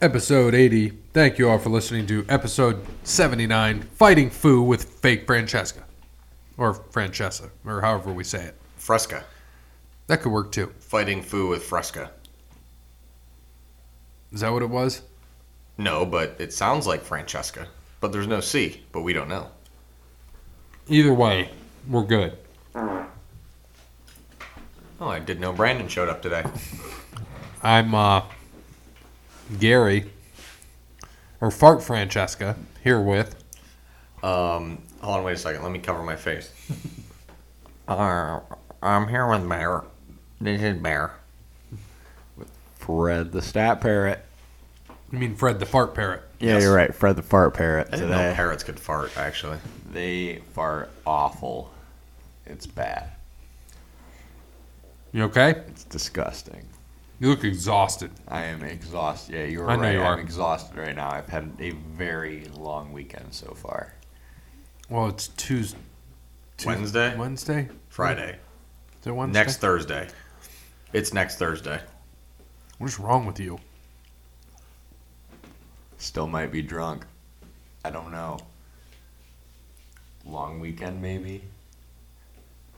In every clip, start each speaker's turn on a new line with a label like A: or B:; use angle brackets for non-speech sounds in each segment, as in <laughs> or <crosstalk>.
A: episode 80. Thank you all for listening to episode 79 Fighting Foo with Fake Francesca. Or Francesca, or however we say it.
B: Fresca.
A: That could work too.
B: Fighting Foo with Fresca.
A: Is that what it was?
B: No, but it sounds like Francesca. But there's no C, but we don't know.
A: Either way, we're good.
B: Oh, I did know Brandon showed up today.
A: I'm uh, Gary, or Fart Francesca, here with.
B: Um, hold on, wait a second. Let me cover my face. <laughs> uh, I'm here with Bear. This is Bear.
C: Fred the stat parrot.
A: You mean Fred the Fart Parrot?
C: Yeah,
B: Yes.
C: you're right. Fred the fart parrot
B: I didn't know
C: today.
B: parrots could fart, actually.
C: they fart awful. It's bad.
A: You okay?
C: It's disgusting.
A: You look exhausted.
C: I am exhausted. Yeah, you're
A: I know
C: right.
A: you are.
C: I'm exhausted right now. I've had a very long weekend so far.
A: Well, it's Tuesday.
B: Wednesday?
A: Wednesday?
B: Friday.
A: Is it Wednesday?
B: Next Thursday. It's next Thursday.
A: What's wrong with you?
C: Still might be drunk. I don't know. Long weekend maybe.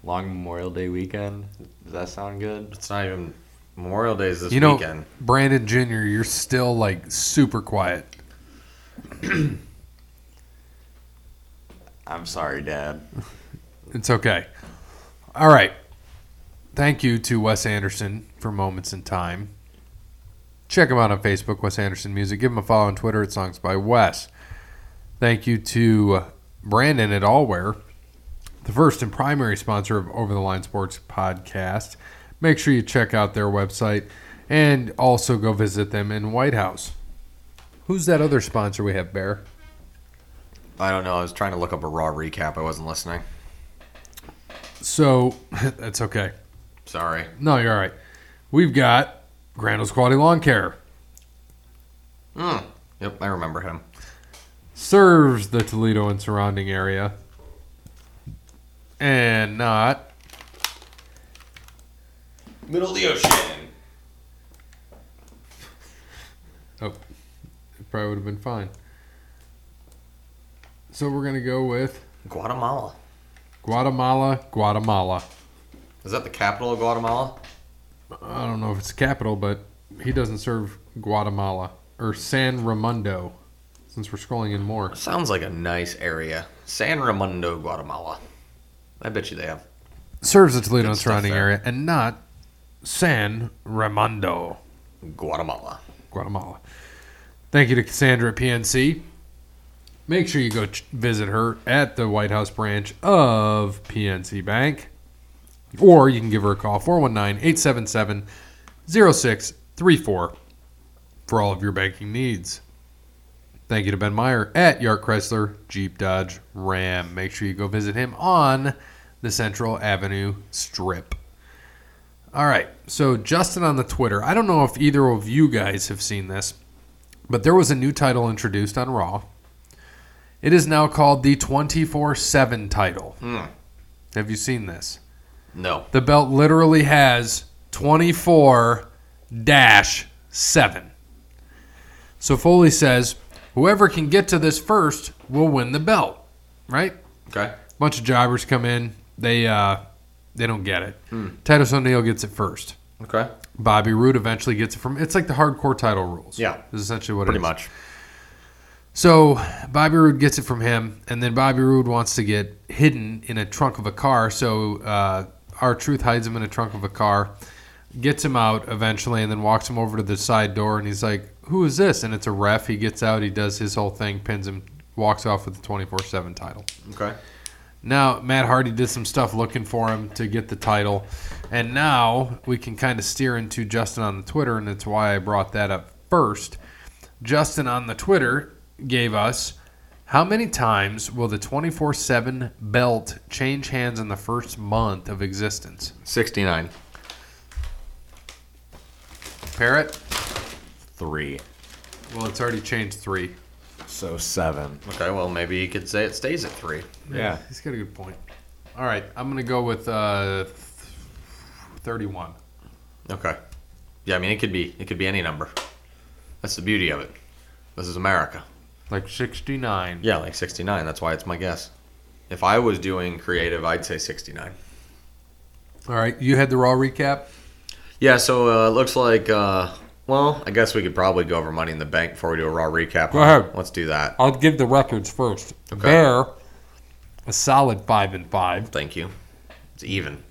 C: Long Memorial Day weekend. Does that sound good?
B: It's not even Memorial Day is this
A: you know,
B: weekend.
A: Brandon Jr., you're still like super quiet.
C: I'm sorry, Dad.
A: It's okay. All right. Thank you to Wes Anderson for Moments in Time. Check him out on Facebook, Wes Anderson Music. Give him a follow on Twitter at Songs by Wes. Thank you to Brandon at Allware, the first and primary sponsor of Over the Line Sports podcast. Make sure you check out their website and also go visit them in White House. Who's that other sponsor we have, Bear?
B: I don't know. I was trying to look up a raw recap. I wasn't listening.
A: So <laughs> that's okay.
B: Sorry.
A: No, you're all right. We've got Grandel's Quality Lawn Care.
B: Mm. Yep, I remember him.
A: Serves the Toledo and surrounding area. And not.
B: Middle of the ocean.
A: It probably would have been fine. So we're going to go with
B: Guatemala.
A: Guatemala, Guatemala.
B: Is that the capital of Guatemala?
A: I don't know if it's capital, but he doesn't serve Guatemala or San Ramundo since we're scrolling in more.
B: Sounds like a nice area. San Ramundo, Guatemala. I bet you they have.
A: Serves the Toledo
B: Good
A: and
B: stuff
A: surrounding
B: there.
A: area and not San Ramundo.
B: Guatemala.
A: Guatemala. Thank you to Cassandra at PNC. Make sure you go ch- visit her at the White House branch of PNC Bank. Or you can give her a call, 419 877 0634, for all of your banking needs. Thank you to Ben Meyer at York Chrysler Jeep Dodge Ram. Make sure you go visit him on the Central Avenue Strip. All right. So Justin on the Twitter. I don't know if either of you guys have seen this, but there was a new title introduced on Raw. It is now called the 24/7 title.
B: Hmm.
A: Have you seen this?
B: No.
A: The belt literally has 24 dash 7. So Foley says, "Whoever can get to this first will win the belt." Right?
B: Okay.
A: bunch of jobbers come in. They uh they don't get it. Titus O'Neil gets it first.
B: Okay.
A: Bobby Roode eventually gets it from. It's like the hardcore title rules.
B: Yeah.
A: is essentially what
B: Pretty
A: it is.
B: much.
A: So Bobby Roode gets it from him, and then Bobby Roode wants to get hidden in a trunk of a car. So uh, our truth hides him in a trunk of a car, gets him out eventually, and then walks him over to the side door, and he's like, "Who is this?" And it's a ref. He gets out. He does his whole thing, pins him, walks off with the twenty four seven title.
B: Okay.
A: Now Matt Hardy did some stuff looking for him to get the title, and now we can kind of steer into Justin on the Twitter, and that's why I brought that up first. Justin on the Twitter gave us how many times will the 24/7 belt change hands in the first month of existence?
B: 69.
A: Parrot.
C: Three.
A: Well, it's already changed three.
C: So seven.
B: Okay, well, maybe you could say it stays at three.
C: Yeah.
A: he's got a good point. All right, I'm gonna go with uh, th- 31.
B: Okay. Yeah, I mean, it could be it could be any number. That's the beauty of it. This is America.
A: Like 69.
B: Yeah, like 69. That's why it's my guess. If I was doing creative, I'd say 69.
A: All right, you had the raw recap.
B: Yeah, so uh, it looks like, uh, well, I guess we could probably go over Money in the Bank before we do a raw recap.
A: Go ahead.
B: Let's do that.
A: I'll give the records first.
B: Okay.
A: Bear, a solid five and five.
B: Thank you. It's even.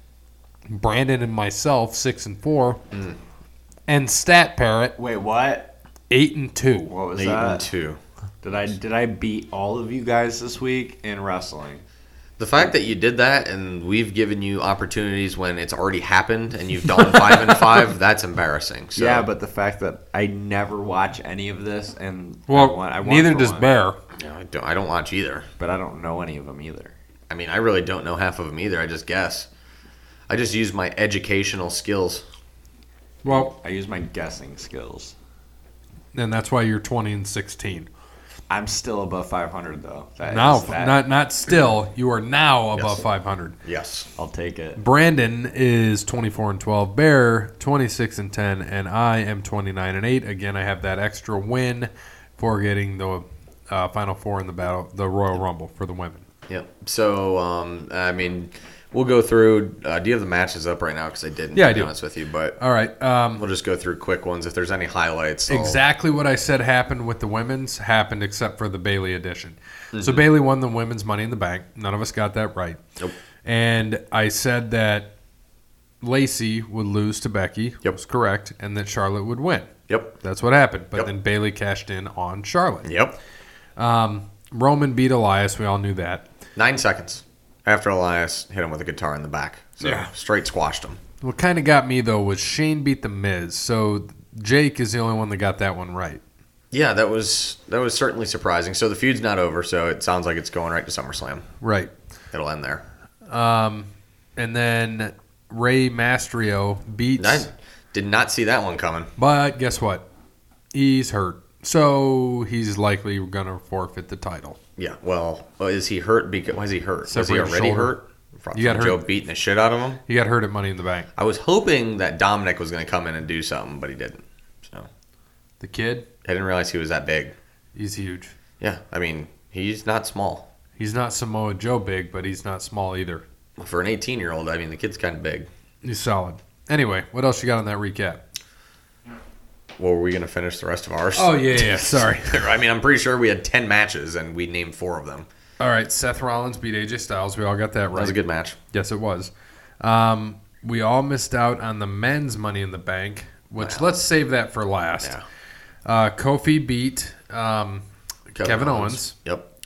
A: Brandon and myself, six and four.
C: Hmm.
A: And Stat Parrot,
C: Wait, what?
A: eight and two.
C: What was
B: Eight
C: that?
B: and two.
C: Did I did I beat all of you guys this week in wrestling?
B: The fact that you did that and we've given you opportunities when it's already happened and you've done five
C: <laughs>
B: and five, that's embarrassing. So,
C: Yeah, but the fact that I never watch any of this and I
A: Well,
C: want- I want
A: neither
C: for
A: does
C: one,
A: Bear.
B: No, I, don't, I don't watch either.
C: but I don't know any of them either.
B: I mean, I really don't know half of them either. I just guess. I just use my educational skills.
A: Well,
C: I use my guessing skills.
A: and that's why you're 20 and 16.
C: I'm still above 500 though. That is-
A: Now,
C: that-
A: not not still. You are now above
B: Yes.
A: 500.
B: Yes.
C: I'll take it.
A: Brandon is 24 and 12. Bear 26 and 10, and I am 29 and 8. Again, I have that extra win for getting the uh, final four in the battle, the Royal Rumble for the women.
B: Yep. So, um, I mean, we'll go through. Uh, do you have the matches up right now? Because I didn't.
A: Yeah, I
B: to be
A: do.
B: Honest with you, but
A: All right, um,
B: we'll just go through quick ones. If there's any highlights, I'll-
A: exactly what I said happened with the women's happened except for the Bailey edition. So
B: Mm-hmm.
A: Bailey won the women's Money in the Bank. None of us got that right.
B: Nope.
A: And I said that Lacey would lose to Becky.
B: Yep.
A: was correct, and that Charlotte would win.
B: Yep.
A: That's what happened. But
B: Yep.
A: then Bailey cashed in on Charlotte. Um,
B: Yep.
A: Roman beat Elias. We all knew that.
B: Nine seconds after Elias hit him with a guitar in the back. So
A: Yeah.
B: Straight squashed him.
A: What kind of got me though was Shane beat the Miz. So Jake is the only one that got that one right.
B: Yeah, that was that was certainly surprising. So the feud's not over. So it sounds like it's going right to SummerSlam.
A: Right.
B: It'll end there.
A: Um, And then Ray Mastrio beats.
B: I did not see that one coming.
A: But guess what? He's hurt. So he's likely going to forfeit the title.
B: Yeah. Well, well, is he hurt? Because why is he hurt? Was he
A: Separated
B: already
A: shoulder.
B: hurt? From
A: You got
B: Joe
A: hurt.
B: beating the shit out of him.
A: He got hurt at Money in the Bank.
B: I was hoping that Dominic was going to come in and do something, but he didn't. So
A: The kid,
B: I didn't realize he was that big.
A: he's huge.
B: Yeah, I mean, he's not small.
A: He's not Samoa Joe big, but he's not small either.
B: For an 18 year old, I mean, the kid's kind of big.
A: He's solid. Anyway, what else you got on that recap?
B: Well, were we going to finish the rest of ours?
A: Oh, yeah, yeah, sorry.
B: <laughs> I mean, I'm pretty sure we had 10 matches and we named four of them.
A: All right, Seth Rollins beat AJ Styles. We all got that
B: That was
A: right.
B: a good match.
A: Yes, it was. Um, we all missed out on the men's Money in the Bank, which
B: Wow.
A: let's save that for last.
B: Yeah.
A: Uh, Kofi beat. Um, Kevin Owens.
B: Yep.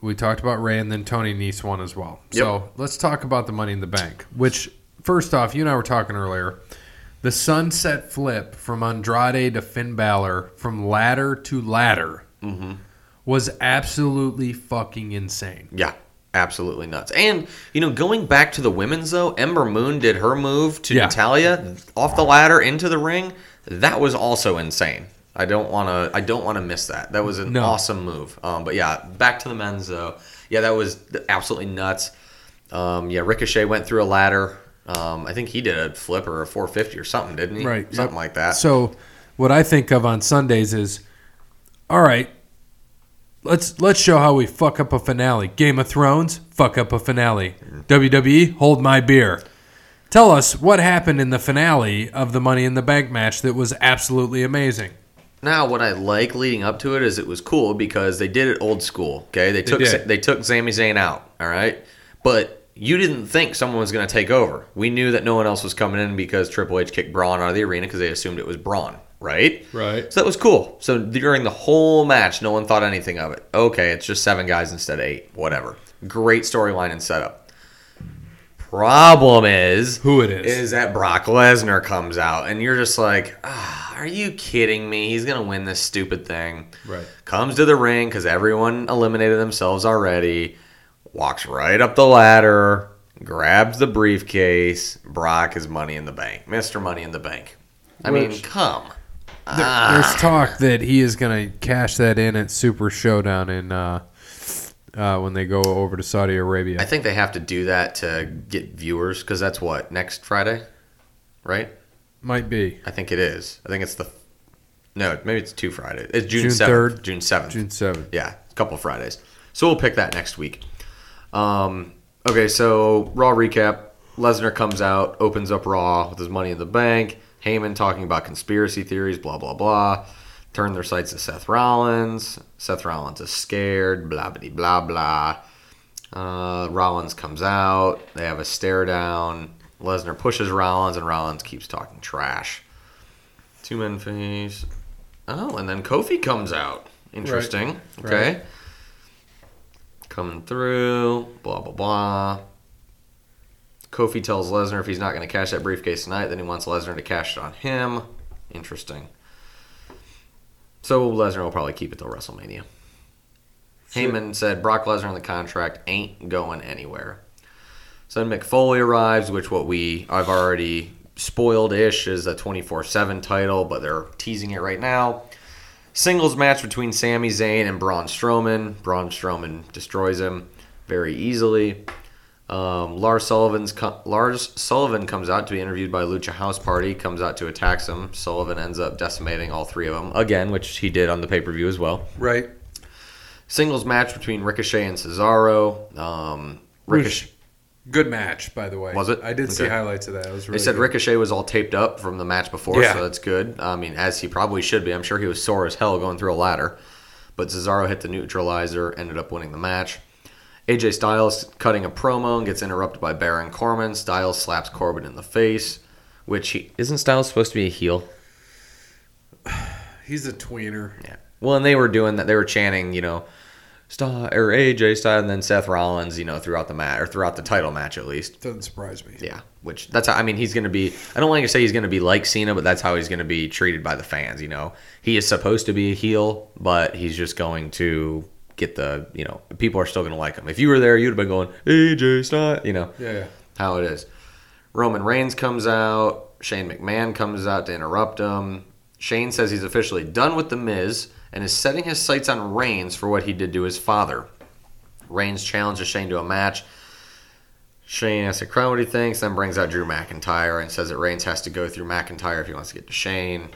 A: we talked about Ray, and then Tony Nese won as well. So let's talk about the Money in the Bank. Which, first off, you and I were talking earlier. The sunset flip from Andrade to Finn Balor, from ladder to ladder, was absolutely fucking insane.
B: Yeah. Absolutely nuts. And, you know, going back to the women's, though, Ember Moon did her move to
A: Yeah.
B: Natalia off the ladder into the ring. That was also insane. I don't want to. I don't want to miss that. That was an
A: No.
B: awesome move. Um, but yeah, back to the men's though. Yeah, that was absolutely nuts. Um, yeah, Ricochet went through a ladder. Um, I think he did a flip or a 450 or something, didn't he?
A: Right,
B: Something
A: yep.
B: like that.
A: So, what I think of on Sundays is, all right, let's let's show how we fuck up a finale. Game of Thrones, fuck up a finale. WWE, hold my beer. Tell us what happened in the finale of the Money in the Bank match that was absolutely amazing.
B: Now, what I like leading up to it is it was cool because they did it old school. Okay, they took
A: did.
B: they took Sami Zayn out. All right, but you didn't think someone was going to take over. We knew that no one else was coming in because Triple H kicked Braun out of the arena because they assumed it was Braun. Right.
A: Right.
B: So that was cool. So during the whole match, no one thought anything of it. Okay, it's just seven guys instead of eight. Whatever. Great storyline and setup. Problem is
A: Who it is.
B: is that Brock Lesnar comes out and you're just like, ah, are you kidding me? He's gonna win this stupid thing.
A: Right.
B: Comes to the ring because everyone eliminated themselves already. Walks right up the ladder, grabs the briefcase. Brock is Money in the Bank, Mister Money in the Bank. I mean,
A: Which-
B: come.
A: There- There's talk that he is going to cash that in at Super Showdown in uh, uh, when they go over to Saudi Arabia.
B: I think they have to do that to get viewers because that's what next Friday, right?
A: Might be.
B: I think it is. I think it's the No, maybe it's two Fridays. It's June
D: June
B: seventh.
D: 3rd.
B: June seventh.
D: June 7th.
B: Yeah, a couple Fridays. So we'll pick that next week. Um, okay, so Raw recap. Lesnar comes out, opens up Raw with his money in the bank. Heyman talking about conspiracy theories, blah, blah, blah. Turn their sights to Seth Rollins. Seth Rollins is scared, blah, blah, blah, blah. Uh, Rollins comes out. They have a stare down. Lesnar pushes Rollins, and Rollins keeps talking trash. Two men face. Oh, and then Kofi comes out. Interesting. Okay. Coming through. Blah, blah, blah. Kofi tells Lesnar if he's not going to cash that briefcase tonight, then he wants Lesnar to cash it on him. Interesting. So Lesnar will probably keep it till WrestleMania. Heyman said Brock Lesnar in the contract ain't going anywhere. So then McFoley arrives, which what we I've already spoiled ish is a 24/7 title, but they're teasing it right now. Singles match between Sami Zayn and Braun Strowman. Braun Strowman destroys him very easily. Um, Lars Sullivan's co- Lars Sullivan comes out to be interviewed by Lucha House Party. Comes out to attacks him. Sullivan ends up decimating all three of them again, which he did on the pay per view as well
D: Right.
B: singles match between Ricochet and Cesaro. Um, Ricochet.
D: Good match, by the way.
B: Was it?
D: I did see
B: Okay.
D: highlights of that. It was
B: They
D: really
B: said
D: good.
B: Ricochet was all taped up from the match before,
D: Yeah.
B: so that's good. I mean, as he probably should be. I'm sure he was sore as hell going through a ladder. But Cesaro hit the neutralizer, ended up winning the match. AJ Styles cutting a promo and gets interrupted by Baron Corbin. Styles slaps Corbin in the face, which he isn't Styles supposed to be a heel?
D: He's a tweener.
B: Yeah. Well, and they were doing that. They were chanting, you know, Sty or AJ Styles, and then Seth Rollins, you know, throughout the match or throughout the title match at least.
D: Doesn't surprise me.
B: Yeah, which that's how I mean he's going to be. I don't want to say he's going to be like Cena, but that's how he's going to be treated by the fans. You know, he is supposed to be a heel, but he's just going to get the you know people are still going to like him. If you were there, you'd have been going AJ Styles. You know
D: Yeah.
B: how it is. Roman Reigns comes out. Shane McMahon comes out to interrupt him. Shane says he's officially done with The Miz and is setting his sights on Reigns for what he did to his father. Reigns challenges Shane to a match. Shane asks the crowd what he thinks, then brings out Drew McIntyre and says that Reigns has to go through McIntyre if he wants to get to Shane.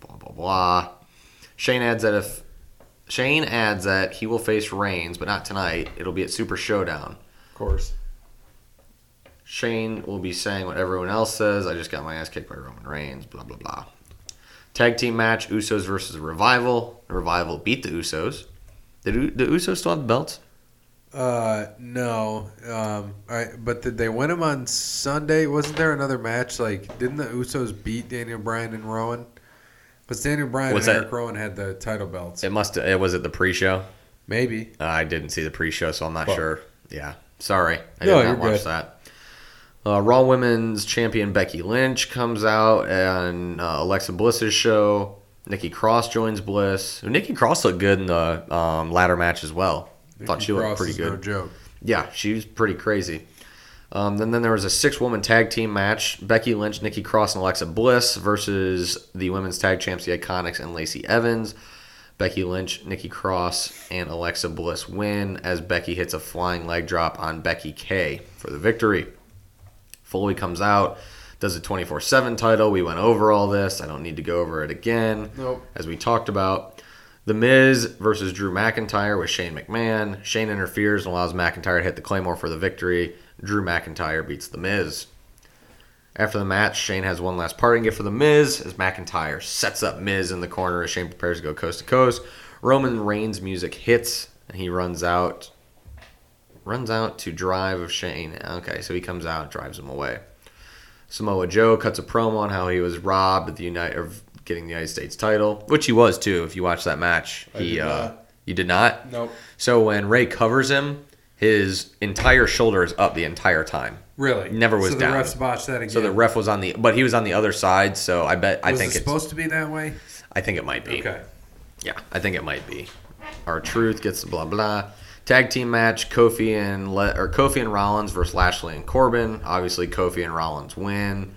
B: Blah blah blah. Shane adds that if Shane adds that he will face Reigns, but not tonight. It'll be at Super Showdown.
D: Of course.
B: Shane will be saying what everyone else says. I just got my ass kicked by Roman Reigns. Blah blah blah. Tag team match: Usos versus Revival. The Revival beat the Usos. Did U- the Usos still have the belts?
D: Uh, no. Um, I, but did they win him on Sunday? Wasn't there another match? Like, didn't the Usos beat Daniel Bryan and Rowan? Because Daniel Bryan
B: What's
D: and
B: that?
D: Eric Rowan had the title belts.
B: It must. It was at the pre-show.
D: Maybe.
B: Uh, I didn't see the pre-show, so I'm not
D: Fuck.
B: sure. Yeah, sorry, I
D: No,
B: did
D: you're
B: not watch
D: good.
B: that. Uh, Raw Women's Champion Becky Lynch comes out on uh, Alexa Bliss's show. Nikki Cross joins Bliss. Nikki Cross looked good in the um, ladder match as well. Thought
D: Nikki
B: she looked
D: Cross
B: pretty
D: is
B: good.
D: No joke.
B: Yeah, she was pretty crazy. Um, then, then there was a six woman tag team match Becky Lynch, Nikki Cross, and Alexa Bliss versus the women's tag champs, the Iconics, and Lacey Evans. Becky Lynch, Nikki Cross, and Alexa Bliss win as Becky hits a flying leg drop on Becky K for the victory. Foley comes out, does a 24 7 title. We went over all this. I don't need to go over it again
D: Nope.
B: as we talked about. The Miz versus Drew McIntyre with Shane McMahon. Shane interferes and allows McIntyre to hit the Claymore for the victory. Drew McIntyre beats The Miz. After the match, Shane has one last parting gift for The Miz as McIntyre sets up Miz in the corner as Shane prepares to go coast to coast. Roman Reigns' music hits and he runs out. Runs out to drive of Shane. Okay, so he comes out, drives him away. Samoa Joe cuts a promo on how he was robbed at the United of getting the United States title, which he was too. If you watch that match,
D: I
B: he
D: did
B: uh,
D: not.
B: you did not.
D: Nope.
B: So when Ray covers him, his entire shoulder is up the entire time.
D: Really?
B: Never was
D: so
B: down.
D: the refs botched that again.
B: So the ref was on the, but he was on the other side. So I bet I
D: was
B: think
D: it
B: it's,
D: supposed to be that way?
B: I think it might be.
D: Okay.
B: Yeah, I think it might be. Our truth gets the blah blah. Tag team match: Kofi and Le- or Kofi and Rollins versus Lashley and Corbin. Obviously, Kofi and Rollins win.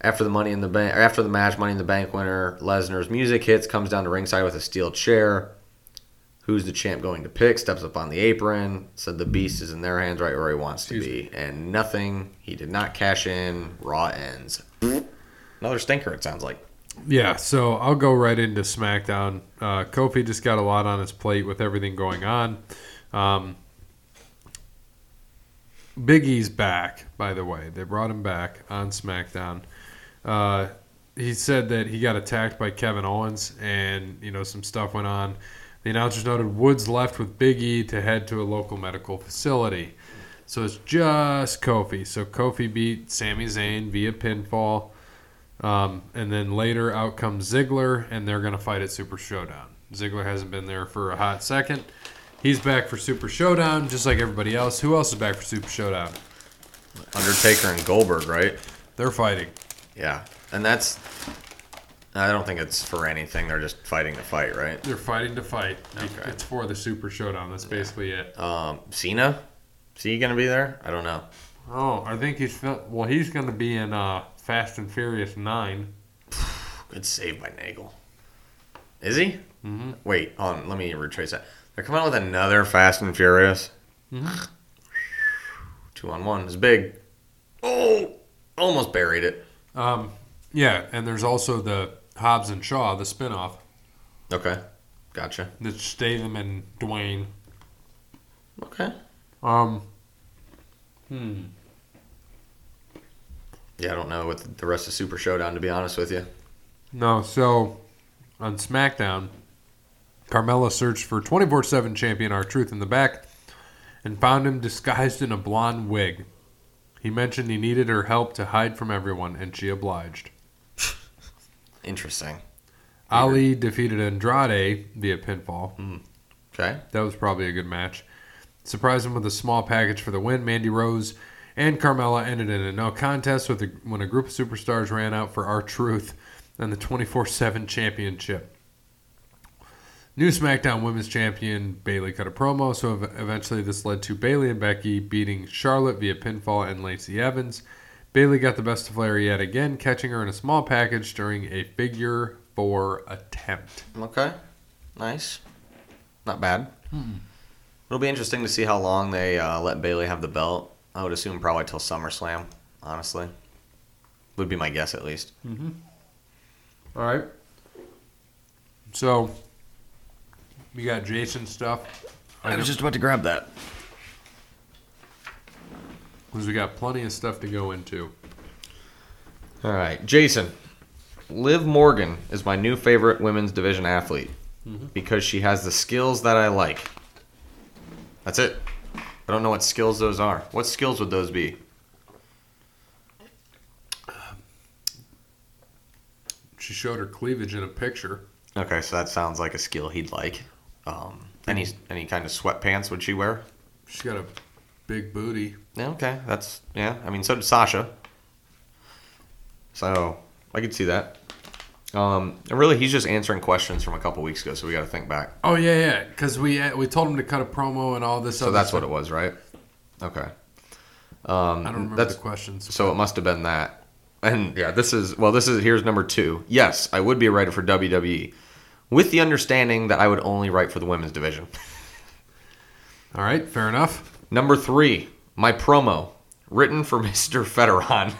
B: After the money in the bank, or after the match, Money in the Bank winner Lesnar's music hits, comes down to ringside with a steel chair. Who's the champ going to pick? Steps up on the apron. Said the beast is in their hands, right where he wants to
D: Excuse
B: be, and nothing. He did not cash in. Raw ends. Another stinker. It sounds like.
D: Yeah, so I'll go right into SmackDown. Uh, Kofi just got a lot on his plate with everything going on. Um, Biggie's back, by the way. They brought him back on SmackDown. Uh, he said that he got attacked by Kevin Owens, and you know some stuff went on. The announcers noted Woods left with Biggie to head to a local medical facility. So it's just Kofi. So Kofi beat Sami Zayn via pinfall. Um, and then later out comes Ziggler, and they're going to fight at Super Showdown. Ziggler hasn't been there for a hot second. He's back for Super Showdown, just like everybody else. Who else is back for Super Showdown?
B: Undertaker and Goldberg, right?
D: They're fighting.
B: Yeah, and that's. I don't think it's for anything. They're just fighting to fight, right?
D: They're fighting to fight.
B: Okay.
D: It's for the Super Showdown. That's basically it.
B: Um, Cena, is he gonna be there? I don't know.
D: Oh, I think he's fil- well. He's going to be in uh, Fast and Furious Nine.
B: Good save by Nagel. Is he?
D: Mhm.
B: Wait, hold on. Let me retrace that. They're coming out with another Fast and Furious.
D: Mhm.
B: <sighs> Two on one is big. Oh, almost buried it.
D: Um, yeah, and there's also the Hobbs and Shaw, the spinoff.
B: Okay, gotcha.
D: That's Statham and Dwayne.
B: Okay.
D: Um, hmm.
B: Yeah, I don't know with the rest of Super Showdown to be honest with you.
D: No, so on SmackDown, Carmella searched for 24 7 champion R Truth in the back and found him disguised in a blonde wig. He mentioned he needed her help to hide from everyone, and she obliged.
B: Interesting.
D: Ali defeated Andrade via pinfall.
B: Okay.
D: That was probably a good match. Surprised him with a small package for the win. Mandy Rose and Carmella ended in a no contest with a, when a group of superstars ran out for our truth and the 24/7 championship. New SmackDown Women's Champion Bailey cut a promo, so ev- eventually this led to Bailey and Becky beating Charlotte via pinfall and Lacey Evans. Bailey got the best of Flair yet again, catching her in a small package during a figure four attempt.
B: Okay. Nice. Not bad. It'll be interesting to see how long they uh, let Bailey have the belt. I would assume probably till SummerSlam, honestly. Would be my guess at least.
D: All right. So we got Jason stuff
B: just about to grab that.
D: because we got plenty of stuff to go into.
B: All right, Jason. Liv Morgan is my new favorite women's division athlete because she has the skills that I like. That's it. I don't know what skills those are. What skills would those be?
D: She showed her cleavage in a picture.
B: Okay, so that sounds like a skill he'd like. Um, any any kind of sweatpants would she wear?
D: She's got a big booty.
B: Yeah, okay, that's yeah. I mean, so did Sasha. So I could see that. Um, and really, he's just answering questions from a couple weeks ago, so we got to think back.
D: Oh yeah, yeah. Because we uh, we told him to cut a promo and all this.
B: So
D: other
B: that's what
D: stuff.
B: it was, right? Okay.
D: I don't remember
B: that's-
D: the questions.
B: So it must have been that. And yeah, this is well, this is here's number two. Yes, I would be a writer for WWE, with the understanding that I would only write for the women's division.
D: All right, fair enough.
B: Number three, my promo, written for <laughs> Mr. Federon.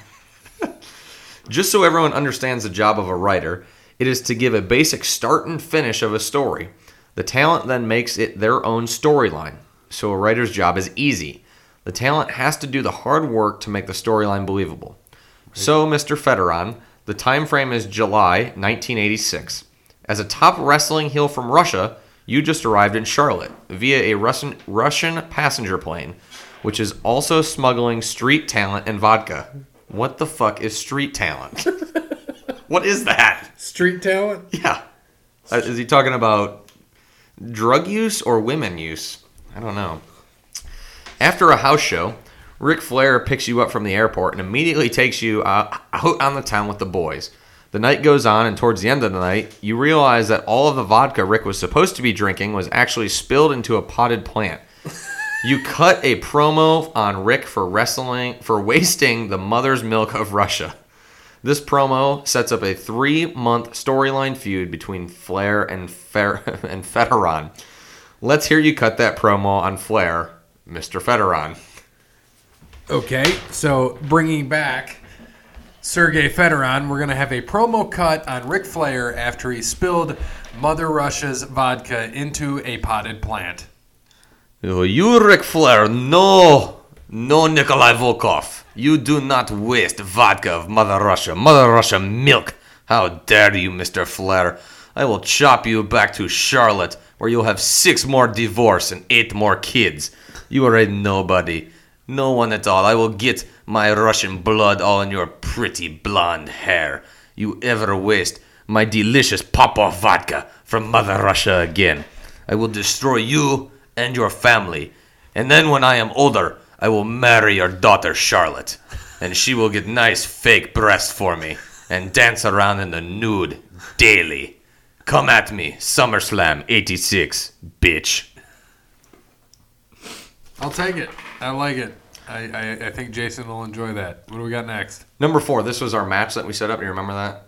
B: Just so everyone understands the job of a writer, it is to give a basic start and finish of a story. The talent then makes it their own storyline, so a writer's job is easy. The talent has to do the hard work to make the storyline believable. So, Mr. Federon, the time frame is July 1986. As a top wrestling heel from Russia, you just arrived in Charlotte via a Russian Russian passenger plane, which is also smuggling street talent and vodka. What the fuck is street talent? what is that?
D: Street talent.
B: Yeah. Uh, Is he talking about drug use or women use? I don't know. After a house show, Ric Flair picks you up from the airport and immediately takes you uh, out on the town with the boys. The night goes on, and towards the end of the night, you realize that all of the vodka Rick was supposed to be drinking was actually spilled into a potted plant. You cut a promo on Rick for wrestling for wasting the mother's milk of Russia. This promo sets up a three-month storyline feud between Flair and Fer- <laughs> and Federon. Let's hear you cut that promo on Flair, Mr. Federon.
D: Okay, so bringing back Sergey Federon, we're going to have a promo cut on Ric Flair after he spilled Mother Russia's vodka into a potted plant.
B: Oh, you, Ric Flair, no, no, Nikolai Volkov. You do not waste vodka of Mother Russia, Mother Russia milk. How dare you, Mr. Flair? I will chop you back to Charlotte, where you'll have six more divorce and eight more kids. You are a nobody, no one at all. I will get my Russian blood all in your pretty blonde hair. You ever waste my delicious pop-off vodka from Mother Russia again? I will destroy you and your family. And then when I am older, I will marry your daughter Charlotte. And she will get nice fake breasts for me and dance around in the nude daily. Come at me, SummerSlam 86, bitch.
D: I'll take it. I like it. I, I, I think Jason will enjoy that. What do we got next?
B: Number four, this was our match that we set up. You remember that?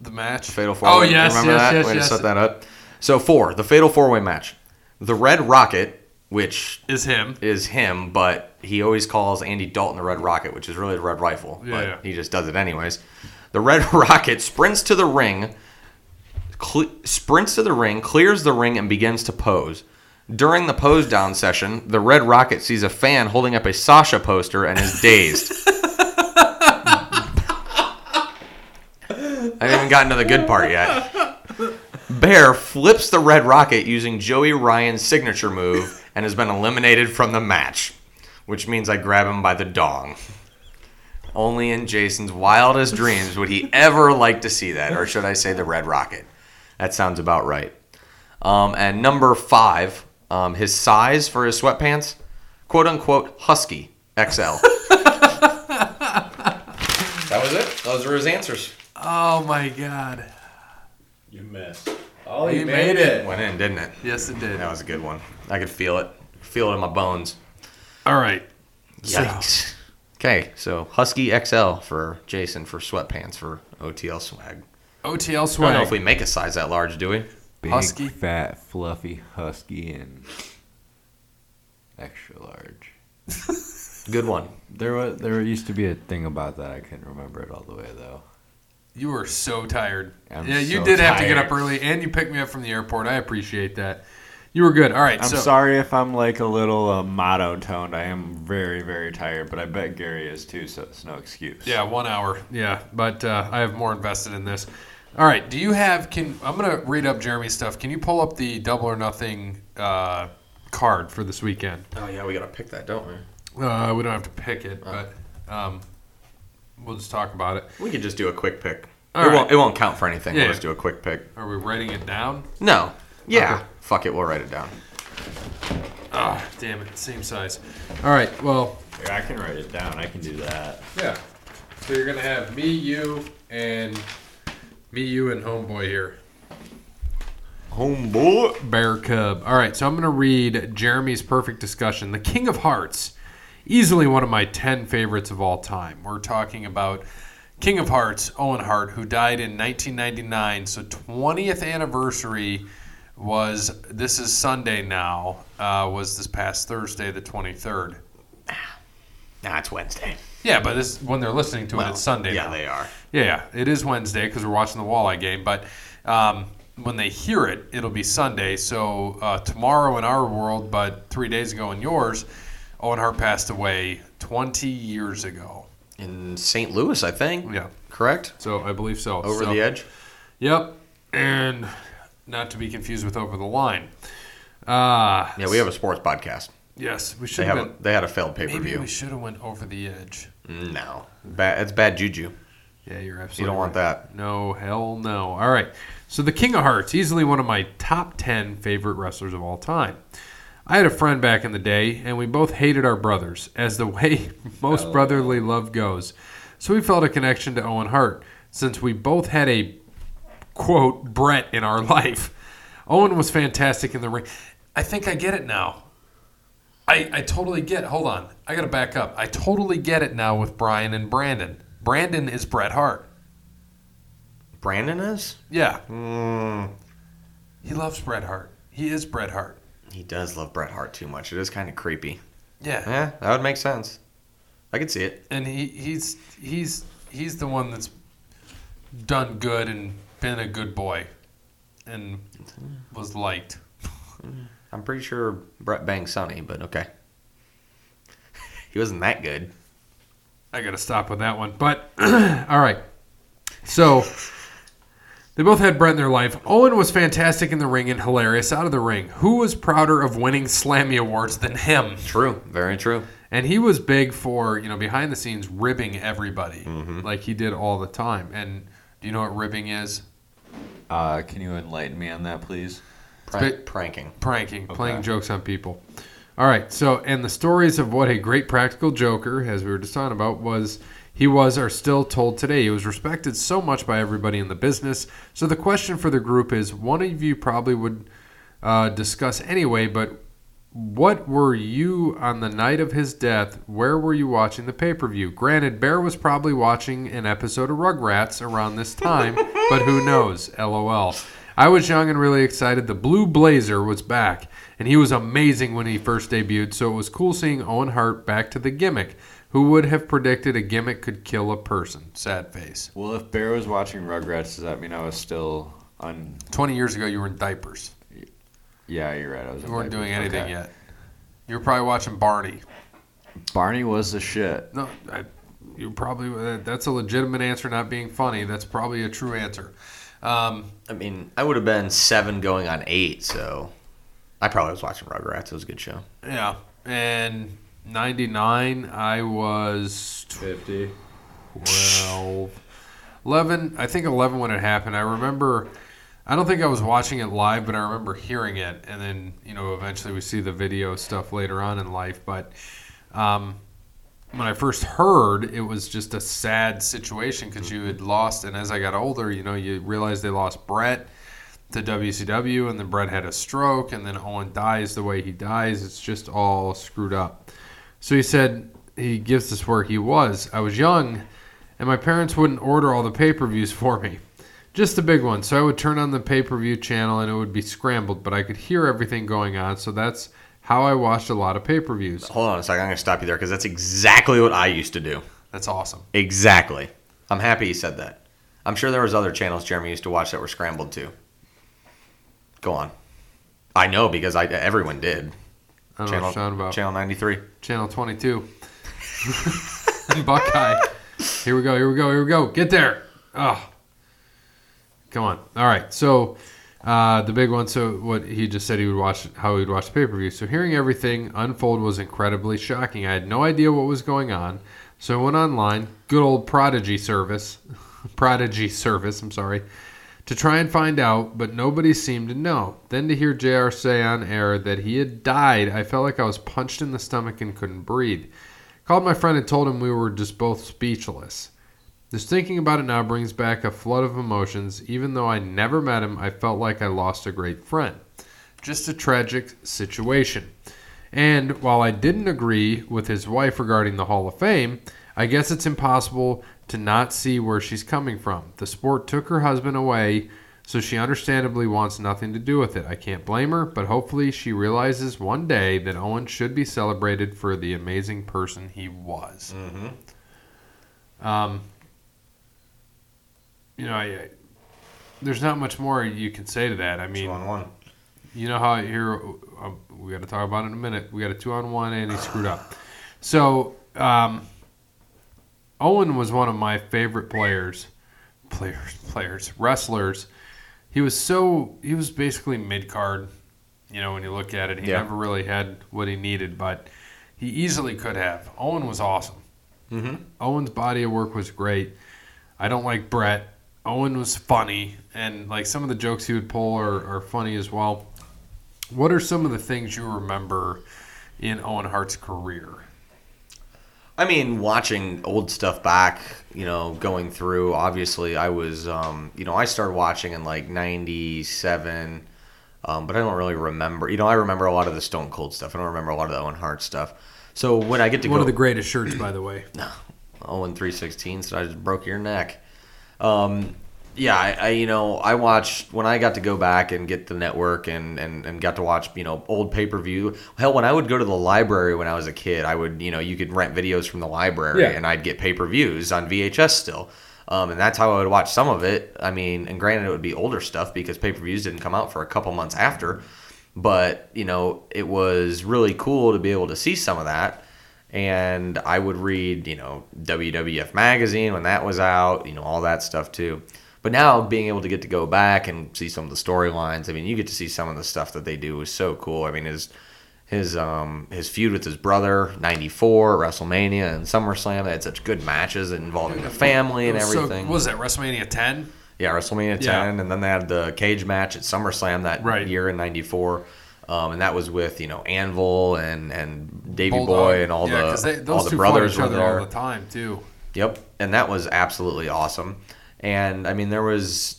D: The match?
B: Fatal four.
D: Oh, yes,
B: remember
D: yes,
B: that?
D: yes,
B: Way to
D: yes.
B: set that up. So, four, the fatal four way match. The Red Rocket, which
D: Is him.
B: is him, but he always calls Andy Dalton the Red Rocket, which is really the Red Rifle.
D: Yeah,
B: but
D: yeah.
B: he just does it anyways. The Red <laughs> Rocket sprints to the ring, cle sprints to the ring, clears the ring, and begins to pose. During the pose down session, the Red Rocket sees a fan holding up a Sasha poster and is
D: <laughs>
B: dazed. I haven't even gotten to the good part yet. Bear flips the Red Rocket using Joey Ryan's signature move and has been eliminated from the match, which means I grab him by the dong. Only in Jason's wildest dreams would he ever like to see that, or should I say the Red Rocket? That sounds about right. Um, and number five, um, his size for his sweatpants, quote unquote, husky XL. <laughs> that was it. Those were his answers.
D: Oh, my God.
E: You missed. Oh,
D: He made it.
B: Went in, didn't it?
D: Yes, it did.
B: That was a good one. I could feel it. Feel it in my bones.
D: All right.
B: Yikes. Okay, so Husky XL for Jason for sweatpants for OTL swag.
D: OTL
B: I don't know if
D: swag.
B: we make a size that large, do we?
C: Big,
D: Husky?
C: fat, fluffy husky and extra large.
B: Good one.
C: There was there used to be a thing about that. I couldn't remember it all the way though.
D: You were so tired.
C: I'm
D: yeah, you
C: so
D: did have to get
C: tired.
D: up early, and you picked me up from the airport. I appreciate that. You were good. All right,
C: I'm
D: so
C: sorry if I'm like a little uh, monotoned. I am very very tired, but I bet Gary is too, so it's no excuse.
D: yeah, one hour. Yeah, but uh, I have more invested in this. All right, do you have? Can I'm gonna read up Jeremy's stuff. Can you pull up the double or nothing uh, card for this weekend?
B: Oh yeah, we gotta pick that, don't we?
D: Uh, we don't have to pick it, but um, we'll just talk about it.
B: We could just do a quick pick.
D: All
B: it
D: right.
B: won't. It won't count for anything.
D: Yeah.
B: We'll just do a quick pick.
D: Are we writing it down?
B: No. Yeah.
D: Okay.
B: Fuck it. We'll write it down.
D: Ah, damn it, same size. All right, well,
C: Here, I can write it down. I can do that.
D: Yeah. So you're gonna have me, you, and me, you, and homeboy here.
B: Homeboy.
D: Bear Cub. All right, so I'm gonna read Jeremy's perfect discussion, The King of Hearts, easily one of my ten favorites of all time. We're talking about King of Hearts, Owen Hart, who died in 1999. So 20th anniversary was this is Sunday now. Uh, was this past Thursday, the 23rd?
B: Nah, it's Wednesday.
D: Yeah, but this when they're listening to it, it's Sunday.
B: Oh, Yeah,
D: now.
B: they are.
D: Yeah, it is Wednesday because we're watching the Walleye game, but um, when they hear it, it'll be Sunday. So uh, tomorrow in our world, but three days ago in yours, Owen Hart passed away 20 years ago.
B: In St. Louis, I think.
D: Yeah,
B: Correct.
D: so I believe so.
B: Over
D: So-
B: the edge.
D: Yep, and not to be confused with Over the Line. Uh,
B: Yeah, we have a sports podcast.
D: Yes, we
B: They
D: should have.
B: have.
D: Been,
B: A, they had a failed pay per
D: maybe we
B: view.
D: should have went over the edge.
B: No. Bad. It's bad juju.
D: Yeah, you're absolutely.
B: You don't want
D: right.
B: that.
D: No, hell no. All right. So the King of Hearts, easily one of my top 10 favorite wrestlers of all time. I had a friend back in the day, and we both hated our brothers, as the way <laughs> most brotherly love goes. So we felt a connection to Owen Hart, since we both had a quote Brett in our <laughs> life. Owen was fantastic in the ring. I think I get it now. I, I totally get. Hold on, I gotta back up. I totally get it now with Brian and Brandon. Brandon is Bret Hart.
B: Brandon is.
D: Yeah,
B: Mm,
D: he loves Bret Hart. He is Bret Hart.
B: he does love Bret Hart too much. It is kind of creepy. Eh,
D: Yeah,
B: Yeah, that would make sense. I could see it.
D: and he he's he's he's the one that's done good and been a good boy and was liked.
B: I'm pretty sure Brett banged Sonny, but okay. <laughs> he wasn't that good.
D: I gotta stop with that one. But <clears throat> all right. So they both had Brett in their life. Owen was fantastic in the ring and hilarious out of the ring. Who was prouder of winning Slammy Awards than him?
B: True. Very true.
D: And he was big for, you know, behind the scenes ribbing everybody. Like he did all the time. And do you know what ribbing is?
C: Uh, can you enlighten me on that, please?
B: Prank,
D: bit-
B: pranking.
D: pranking, playing
C: Okay.
D: jokes on people. All right. So, and the stories of what a great practical joker, as we were just talking about, was he was are still told today. He was respected so much by everybody in the business. So the question for the group is: one of you probably would uh, discuss anyway, but what were you on the night of his death? Where were you watching the pay per view? Granted, Bear was probably watching an episode of Rugrats around this time, but who knows? LOL. I was young and really excited. The Blue Blazer was back, and he was amazing when he first debuted, so it was cool seeing Owen Hart back to the gimmick. Who would have predicted a gimmick could kill a person? Sad face.
C: Well, if Bear was watching Rugrats, does that mean I was still on?
D: 20 years ago, you were in diapers.
C: Yeah, you're right. I was.
D: You
C: in
D: weren't
C: diapers.
D: doing anything
C: Okay.
D: yet. You were probably watching Barney.
C: Barney was the shit.
D: No, I, you probably that- that's a legitimate answer. Not being funny, that's probably a true answer. Um,
B: I mean, I would have been seven going on eight, so I probably was watching Rugrats. It was a good show.
D: yeah, and '99, I was
E: 50.
D: 12, 11. I think 11 when it happened. I remember. I don't think I was watching it live, but I remember hearing it, and then you know eventually we see the video stuff later on in life. But um, when I first heard, it was just a sad situation because you had lost, and as I got older, you know, you realized they lost Brett to WCW, and then Brett had a stroke, and then Owen dies the way he dies. It's just all screwed up. So he said he gives us where he was. I was young, and my parents wouldn't order all the pay per views for me. Just the big one. So I would turn on the pay per view channel and it would be scrambled, but I could hear everything going on. So that's how I watched a lot of pay per views.
B: Hold on a second. I'm going to stop you there because that's exactly what I used to do.
D: That's awesome.
B: Exactly. I'm happy you said that. I'm sure there was other channels Jeremy used to watch that were scrambled too. Go on. I know because I everyone did.
D: I don't know
B: Channel,
D: what you're talking about.
B: channel 93.
D: Channel 22. <laughs> Buckeye. Here we go. Here we go. Here we go. Get there. Oh, come on. All right. So uh, the big one. So what he just said he would watch, how he would watch the pay per view. So hearing everything unfold was incredibly shocking. I had no idea what was going on. So I went online. Good old Prodigy service. <laughs> Prodigy service. I'm sorry. To try and find out, but nobody seemed to know. Then to hear JR say on air that he had died, I felt like I was punched in the stomach and couldn't breathe. Called my friend and told him we were just both speechless. Just thinking about it now brings back a flood of emotions. Even though I never met him, I felt like I lost a great friend. Just a tragic situation. And while I didn't agree with his wife regarding the Hall of Fame, I guess it's impossible to not see where she's coming from. The sport took her husband away, so she understandably wants nothing to do with it. I can't blame her, but hopefully she realizes one day that Owen should be celebrated for the amazing person he was.
B: Mm-hmm.
D: Um, you know, I, I- there's not much more you can say to that. I mean,
B: Two on one.
D: you know how here uh, we got to talk about it in a minute. We got a two on one, and he screwed up. So um, Owen was one of my favorite players, players, players, wrestlers. He was so he was basically mid card. You know, when you look at it, he
B: Yeah.
D: never really had what he needed, but he easily could have. Owen was awesome.
B: Mm-hmm.
D: Owen's body of work was great. I don't like Brett. Owen was funny, and like some of the jokes he would pull are, are funny as well. What are some of the things you remember in Owen Hart's career?
B: I mean, watching old stuff back, you know, going through, obviously, I was, um, you know, I started watching in like 97, um, but I don't really remember. You know, I remember a lot of the Stone Cold stuff. I don't remember a lot of the Owen Hart stuff. So when I get to
D: One
B: go,
D: of the greatest
B: Oh,
D: shirts, by the way.
B: Owen 316, so I just broke your neck. Um, yeah, I, I you know I watched when I got to go back and get the network and and, and got to watch you know old pay per view. Hell, when I would go to the library when I was a kid, I would you know you could rent videos from the library
D: Yeah.
B: and I'd get pay per views on VHS still. Um, and that's how I would watch some of it. I mean, and granted, it would be older stuff because pay per views didn't come out for a couple months after. But you know, it was really cool to be able to see some of that and I would read, you know, WWF magazine when that was out, you know, all that stuff too. But now being able to get to go back and see some of the storylines, I mean, you get to see some of the stuff that they do is so cool. I mean, his his um his feud with his brother, '94 WrestleMania and SummerSlam, they had such good matches involving the family and everything.
D: So, what was that WrestleMania 10?
B: Yeah, WrestleMania 10,
D: Yeah.
B: and then they had the cage match at SummerSlam that
D: Right.
B: year in '94, um, and that was with you know Anvil and and Davey
D: Bulldog.
B: Boy and all
D: Yeah,
B: the
D: 'cause they- those
B: all the
D: two
B: brothers were
D: fought each other
B: there.
D: all the time too.
B: Yep, and that was absolutely awesome. And I mean, there was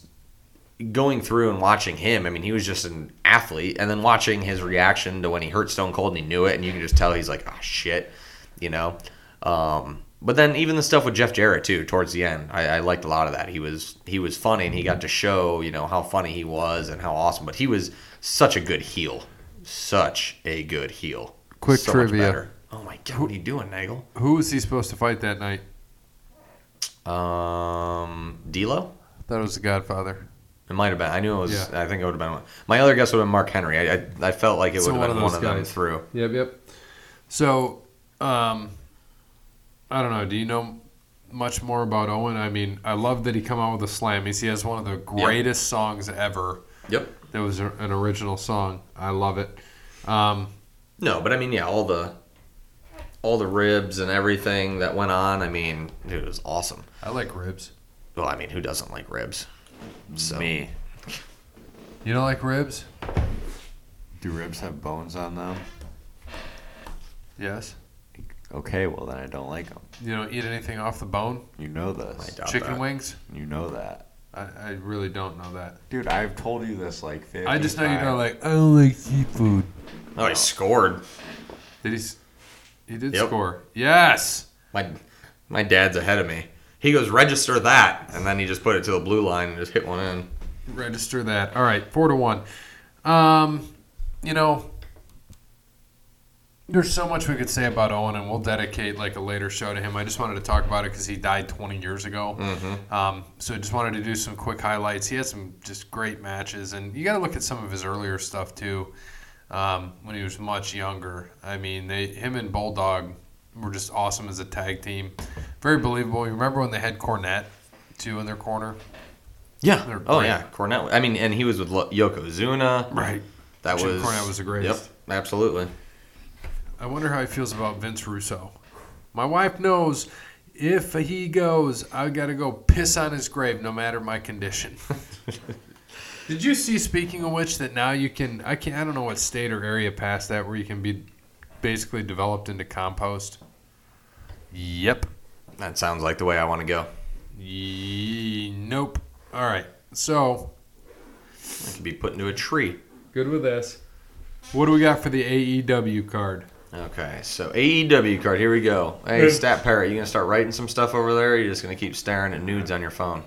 B: going through and watching him. I mean, he was just an athlete, and then watching his reaction to when he hurt Stone Cold and he knew it, and you can just tell he's like, "Ah, shit," you know. Um, but then even the stuff with Jeff Jarrett too, towards the end, I, I liked a lot of that. He was he was funny, and he got to show you know how funny he was and how awesome. But he was such a good heel, such a good heel.
D: Quick
B: So much
D: trivia.
B: better. Oh my god, what are you doing, Nagel?
D: Who was he supposed to fight that night?
B: Um, D'Lo.
D: I thought it was the Godfather.
B: It might have been. I knew it was. I think it would have been. one- My other guess would have been Mark Henry. I, I, I felt like it would
D: So
B: have
D: one
B: been
D: of
B: one
D: those
B: of them
D: guys.
B: through.
D: Yep, yep. So, um, I don't know. Do you know much more about Owen? I mean, I love that he come out with a slam. He's, he has one of the greatest songs ever.
B: Yep.
D: That was a- an original song. I love it. Um,
B: No, but I mean, yeah, all the all the ribs and everything that went on. I mean, dude, it was awesome.
D: I like ribs.
B: Well, I mean, who doesn't like ribs? So
C: Me.
D: You don't like ribs?
C: Do ribs have bones on them?
D: Yes.
C: Okay, well then I don't like them.
D: You don't eat anything off the bone?
C: You know
B: I
C: this.
B: doubt
D: Chicken
B: that.
D: wings?
C: You know that.
D: I, I really don't know that.
C: Dude, I've told you this like 50
D: I just know you know,
C: times.
D: like, oh, I don't like seafood.
B: Oh, he scored.
D: Did he? s- He did
B: Yep.
D: score. Yes.
B: My my dad's ahead of me. He goes register that, and then he just put it to the blue line and just hit one in.
D: Register that. All right, four to one. Um, you know, there's so much we could say about Owen, and we'll dedicate like a later show to him. I just wanted to talk about it because he died 20 years ago.
B: Mm-hmm.
D: Um, so I just wanted to do some quick highlights. He had some just great matches, and you got to look at some of his earlier stuff too. Um, when he was much younger, I mean, they him and Bulldog were just awesome as a tag team, very believable. You remember when they had Cornette too in their corner,
B: Yeah.
D: They're
B: Oh
D: great.
B: yeah, Cornette. I mean, and he was with Lo- Yokozuna.
D: right?
B: That
D: Jim
B: was
D: Cornette was the greatest.
B: Yep, absolutely.
D: I wonder how he feels about Vince Russo. My wife knows if he goes, I got to go piss on his grave no matter my <laughs> condition. Did you see speaking of which that now you can I can I don't know what state or area past that where you can be basically developed into compost? Yep.
B: That sounds like the way I want to go.
D: Ye- nope. All right. So,
B: I could be put into a tree.
D: good with this. What do we got for the AEW card?
B: Okay, so AEW card. Here we go. Hey, Stat Parrot, you gonna start writing some stuff over there? Or you just gonna keep staring at nudes on your phone?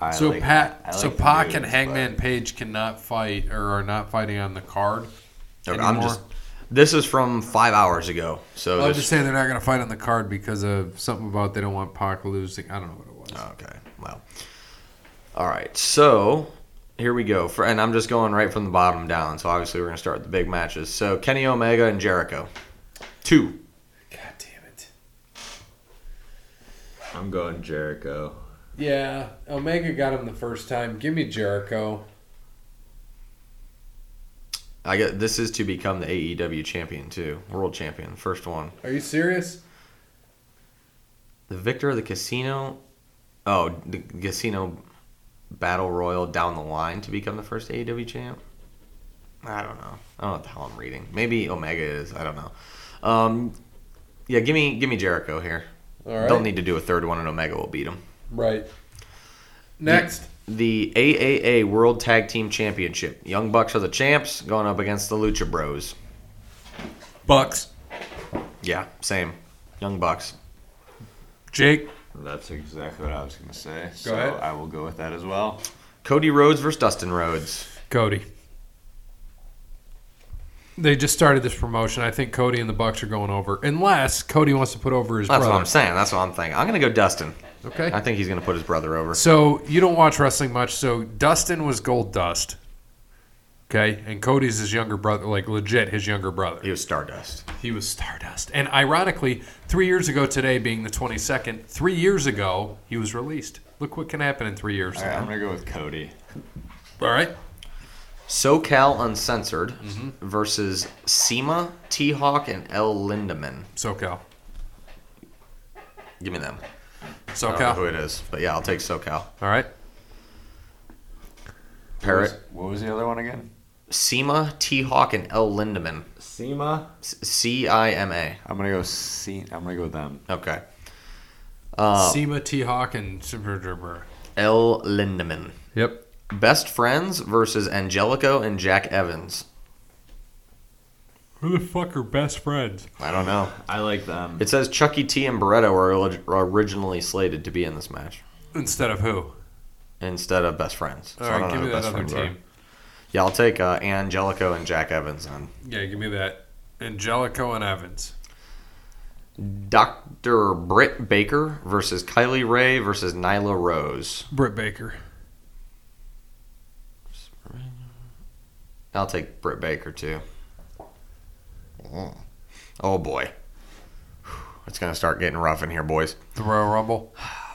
C: I
D: So
C: like-
D: Pat,
C: I
D: so
C: like the
D: Pac and
C: nudes,
D: Hangman Page cannot fight or are not fighting on the card.
B: Okay, I'm
D: anymore.
B: just. This is from five hours ago. So
D: Well, I'm
B: Oh, this-
D: just saying they're not going to fight on the card because of something about they don't want Pac losing. I don't know what it was.
B: Okay. Well. All right. So here we go. For, and I'm just going right from the bottom down. So obviously we're gonna start with the big matches. So Kenny Omega and Jericho. Two.
D: God damn it.
C: but I'm going Jericho.
D: Yeah, Omega got him the first time. Give me Jericho.
B: I get this is to become the AEW champion too, world champion, first one.
D: Are you serious?
B: The victor of the casino, oh, the casino battle royal down the line to become the first AEW champ. I don't know. I don't know what the hell I'm reading. Maybe Omega is. I don't know. Um, yeah, give me give me Jericho here.
D: All right.
B: Don't need to do a third one, and Omega will beat him.
D: Right. Next.
B: The AAA World Tag Team Championship. Young Bucks are the champs, going up against the Lucha Bros.
D: Bucks.
B: Yeah, same. Young Bucks.
D: Jake
C: That's exactly what I was gonna say. so
D: ahead.
C: I will go with that as well.
B: Cody Rhodes versus Dustin Rhodes.
D: Cody. They just started this promotion. I think Cody and the Bucks are going over, unless Cody wants to put over his
B: That's what I'm
D: brother.
B: saying. That's what I'm thinking. I'm gonna go Dustin. I
D: Okay.
B: think he's gonna put his brother over.
D: So you don't watch wrestling much. So Dustin was Gold Dust. Okay, and Cody's his younger brother, like legit his younger brother.
B: He was Stardust.
D: He was Stardust, and ironically, three years ago today, being the 22nd, three years ago he was released. Look what can happen in three years.
C: All right, I'm gonna go with Cody.
D: All right.
B: SoCal Uncensored
D: Mm-hmm.
B: versus SEMA, T Hawk, and L Lindemann.
D: SoCal.
B: Give me them. I don't know who
D: SoCal.
B: it is, but yeah, I'll take SoCal.
D: All right.
B: Parrot.
C: What was the other one again?
B: SEMA, T Hawk, and L Lindemann.
C: SEMA.
B: C I M A.
C: I'm gonna go C. I'm gonna go with them.
B: Okay. Uh,
D: SEMA, T Hawk, and.
B: L Lindemann.
D: Yep.
B: Best Friends versus Angelico and Jack Evans.
D: Who the fuck are best friends?
B: I don't know.
C: I like them.
B: It says Chucky T and Beretta were orig- originally slated to be in this match
D: Instead of who?
B: instead of Best Friends. So
D: All
B: I don't
D: right,
B: know
D: give me
B: who
D: that
B: Best
D: other
B: Friends are.
D: team.
B: Yeah, I'll take uh, Angelico and Jack Evans then.
D: Yeah, give me that. Angelico and Evans.
B: Dr. Britt Baker versus Kylie Ray versus Nyla Rose.
D: Britt Baker.
B: I'll take Britt Baker too. Oh boy. It's going to start getting rough in here, boys.
D: The Royal Rumble.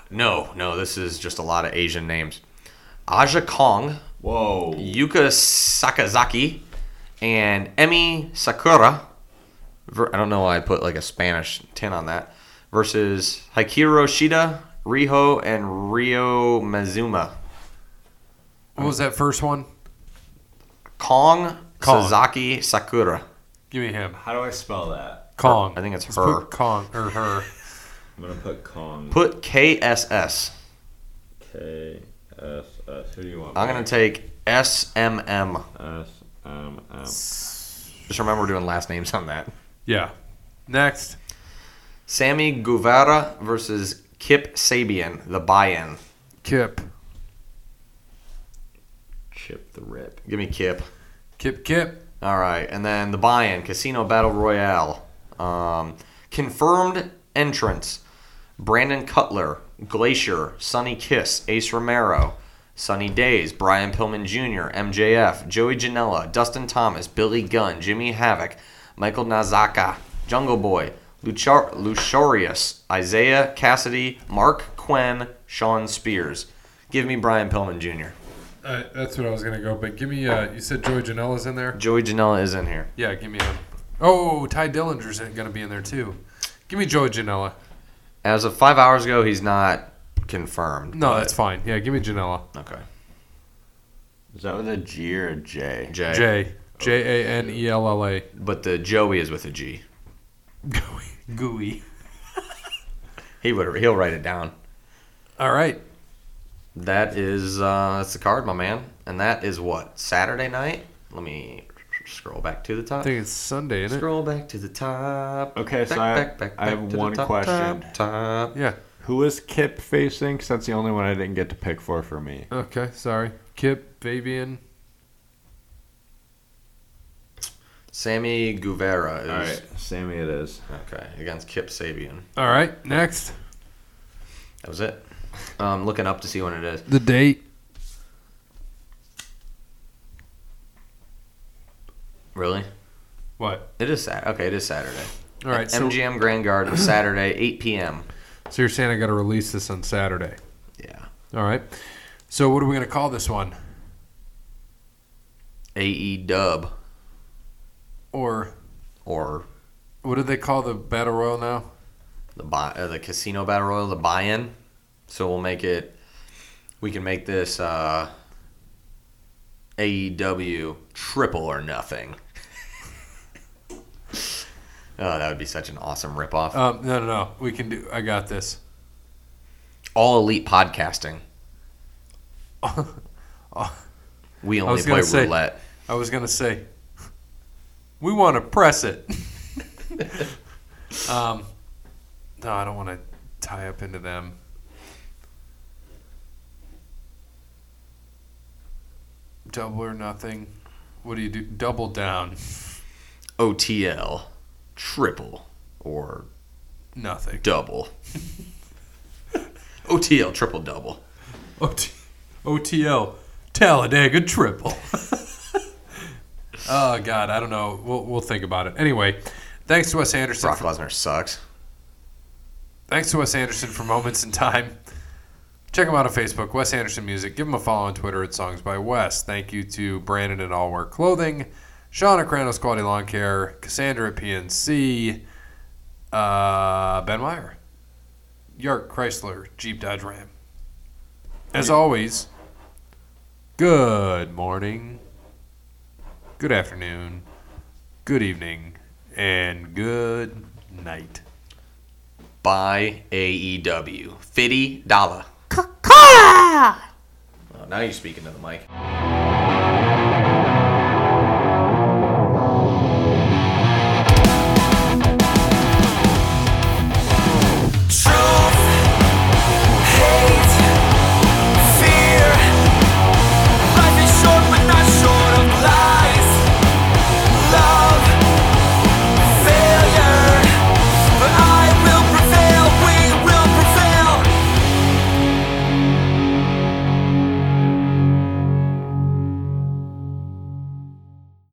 B: No, no, this is just a lot of Asian names. Aja Kong
C: Whoa.
B: Yuka Sakazaki and Emi Sakura. Ver- I don't know why I put like a Spanish tin on that. Versus Hikiro Shida, Riho, and Rio Mazuma. Um,
D: What was that first one?
B: Kong,
D: Kong.
B: Sasaki, Sakura.
D: Give me him.
C: How do I spell that?
D: Kong.
B: I think it's
D: Let's
B: her.
D: put Kong or her.
C: I'm gonna put Kong.
B: Put KSS.
C: K S S. Who do you want?
B: I'm going to take SMM.
C: S M M.
B: Just remember we're doing last names on that.
D: Yeah. Next.
B: Sammy Guevara versus Kip Sabian, the buy in.
D: Kip.
C: Chip the rip.
B: Give me Kip.
D: Kip Kip.
B: All right, and then the buy-in Casino Battle Royale. Um, confirmed entrance: Brandon Cutler, Glacier, Sunny Kiss, Ace Romero, Sunny Days, Brian Pillman Jr., MJF, Joey Janela, Dustin Thomas, Billy Gunn, Jimmy Havoc, Michael Nazaka, Jungle Boy, Luchar- Lucharius, Isaiah Cassidy, Mark Quinn, Sean Spears. Give me Brian Pillman Jr.
D: Uh, that's what I was gonna go, but give me. Uh, you said Joey Janela's in there.
B: Joey Janela is in here.
D: Yeah, give me him. Oh, Ty Dillinger's gonna be in there too. Give me Joey Janela.
B: As of five hours ago, he's not confirmed.
D: No, that's fine. Yeah, give me Janela.
B: Okay.
C: Is that with a G or a J?
B: J.
D: J. J A N E L L A.
B: But the Joey is with a G.
D: Gooey. Gooey.
B: He would. He'll write it down.
D: All right.
B: That is. Uh, that's the card, my man. And that is what Saturday night. Let me scroll back to the
D: I
B: top.
D: think it's Sunday, isn't it?
B: Scroll back to the top.
C: Okay, so I- I have
B: to the
C: one
B: top,
C: question.
B: Top, top.
D: Yeah.
C: Who is Kip facing? Because that's the only one I didn't get to pick for for me.
D: Okay. Sorry. Kip, Fabian.
B: Sammy Guevara is
C: All right, Sammy, it is.
B: okay against Kip Sabian.
D: All right. Next.
B: That was it. I'm looking up to see when it is.
D: The date.
B: Really?
D: What?
B: It is Saturday. Okay, it is Saturday.
D: All right. So,
B: MGM Grand Garden, Saturday, 8 p.m.
D: so you're saying I got to release this on Saturday?
B: Yeah.
D: All right. So what are we gonna call this one?
B: AE E Dub
D: Or
B: or
D: what do they call the battle royal now?
B: the buy, uh, the casino battle royal, the buy-in. So we'll make it. We can make this uh, AEW triple or nothing. <laughs> oh, that would be such an awesome ripoff.
D: Um, no, no, no. We can do. I got this.
B: All elite podcasting. <laughs> we only
D: was
B: play
D: gonna say-
B: roulette.
D: I was gonna say. We want to press it. <laughs> um, no, I don't want to tie up into them. double or nothing. What do you do? Double down,
B: OTL, triple, or
D: nothing. <laughs>
B: double. OTL, triple, double.
D: OT, OTL, Talladega triple. <laughs> oh God, I don't know. We'll, we'll think about it. Anyway, thanks to Wes Anderson.
B: Brock
D: For,
B: Lesnar sucks.
D: thanks to Wes Anderson for moments in time. Check him out on Facebook, Wes Anderson Music. Give him a follow on Twitter at Songs by Wes. Thank you to Brandon at All Wear Clothing, Sean at Kranos Quality Lawn Care, Cassandra at PNC, uh, Ben Meyer, Yark Chrysler Jeep Dodge Ram. As always, good morning, good afternoon, good evening, and good night.
B: Buy E AEW. Fifty dollar. Well, now Oh, you're speaking to the mic.
F: Thank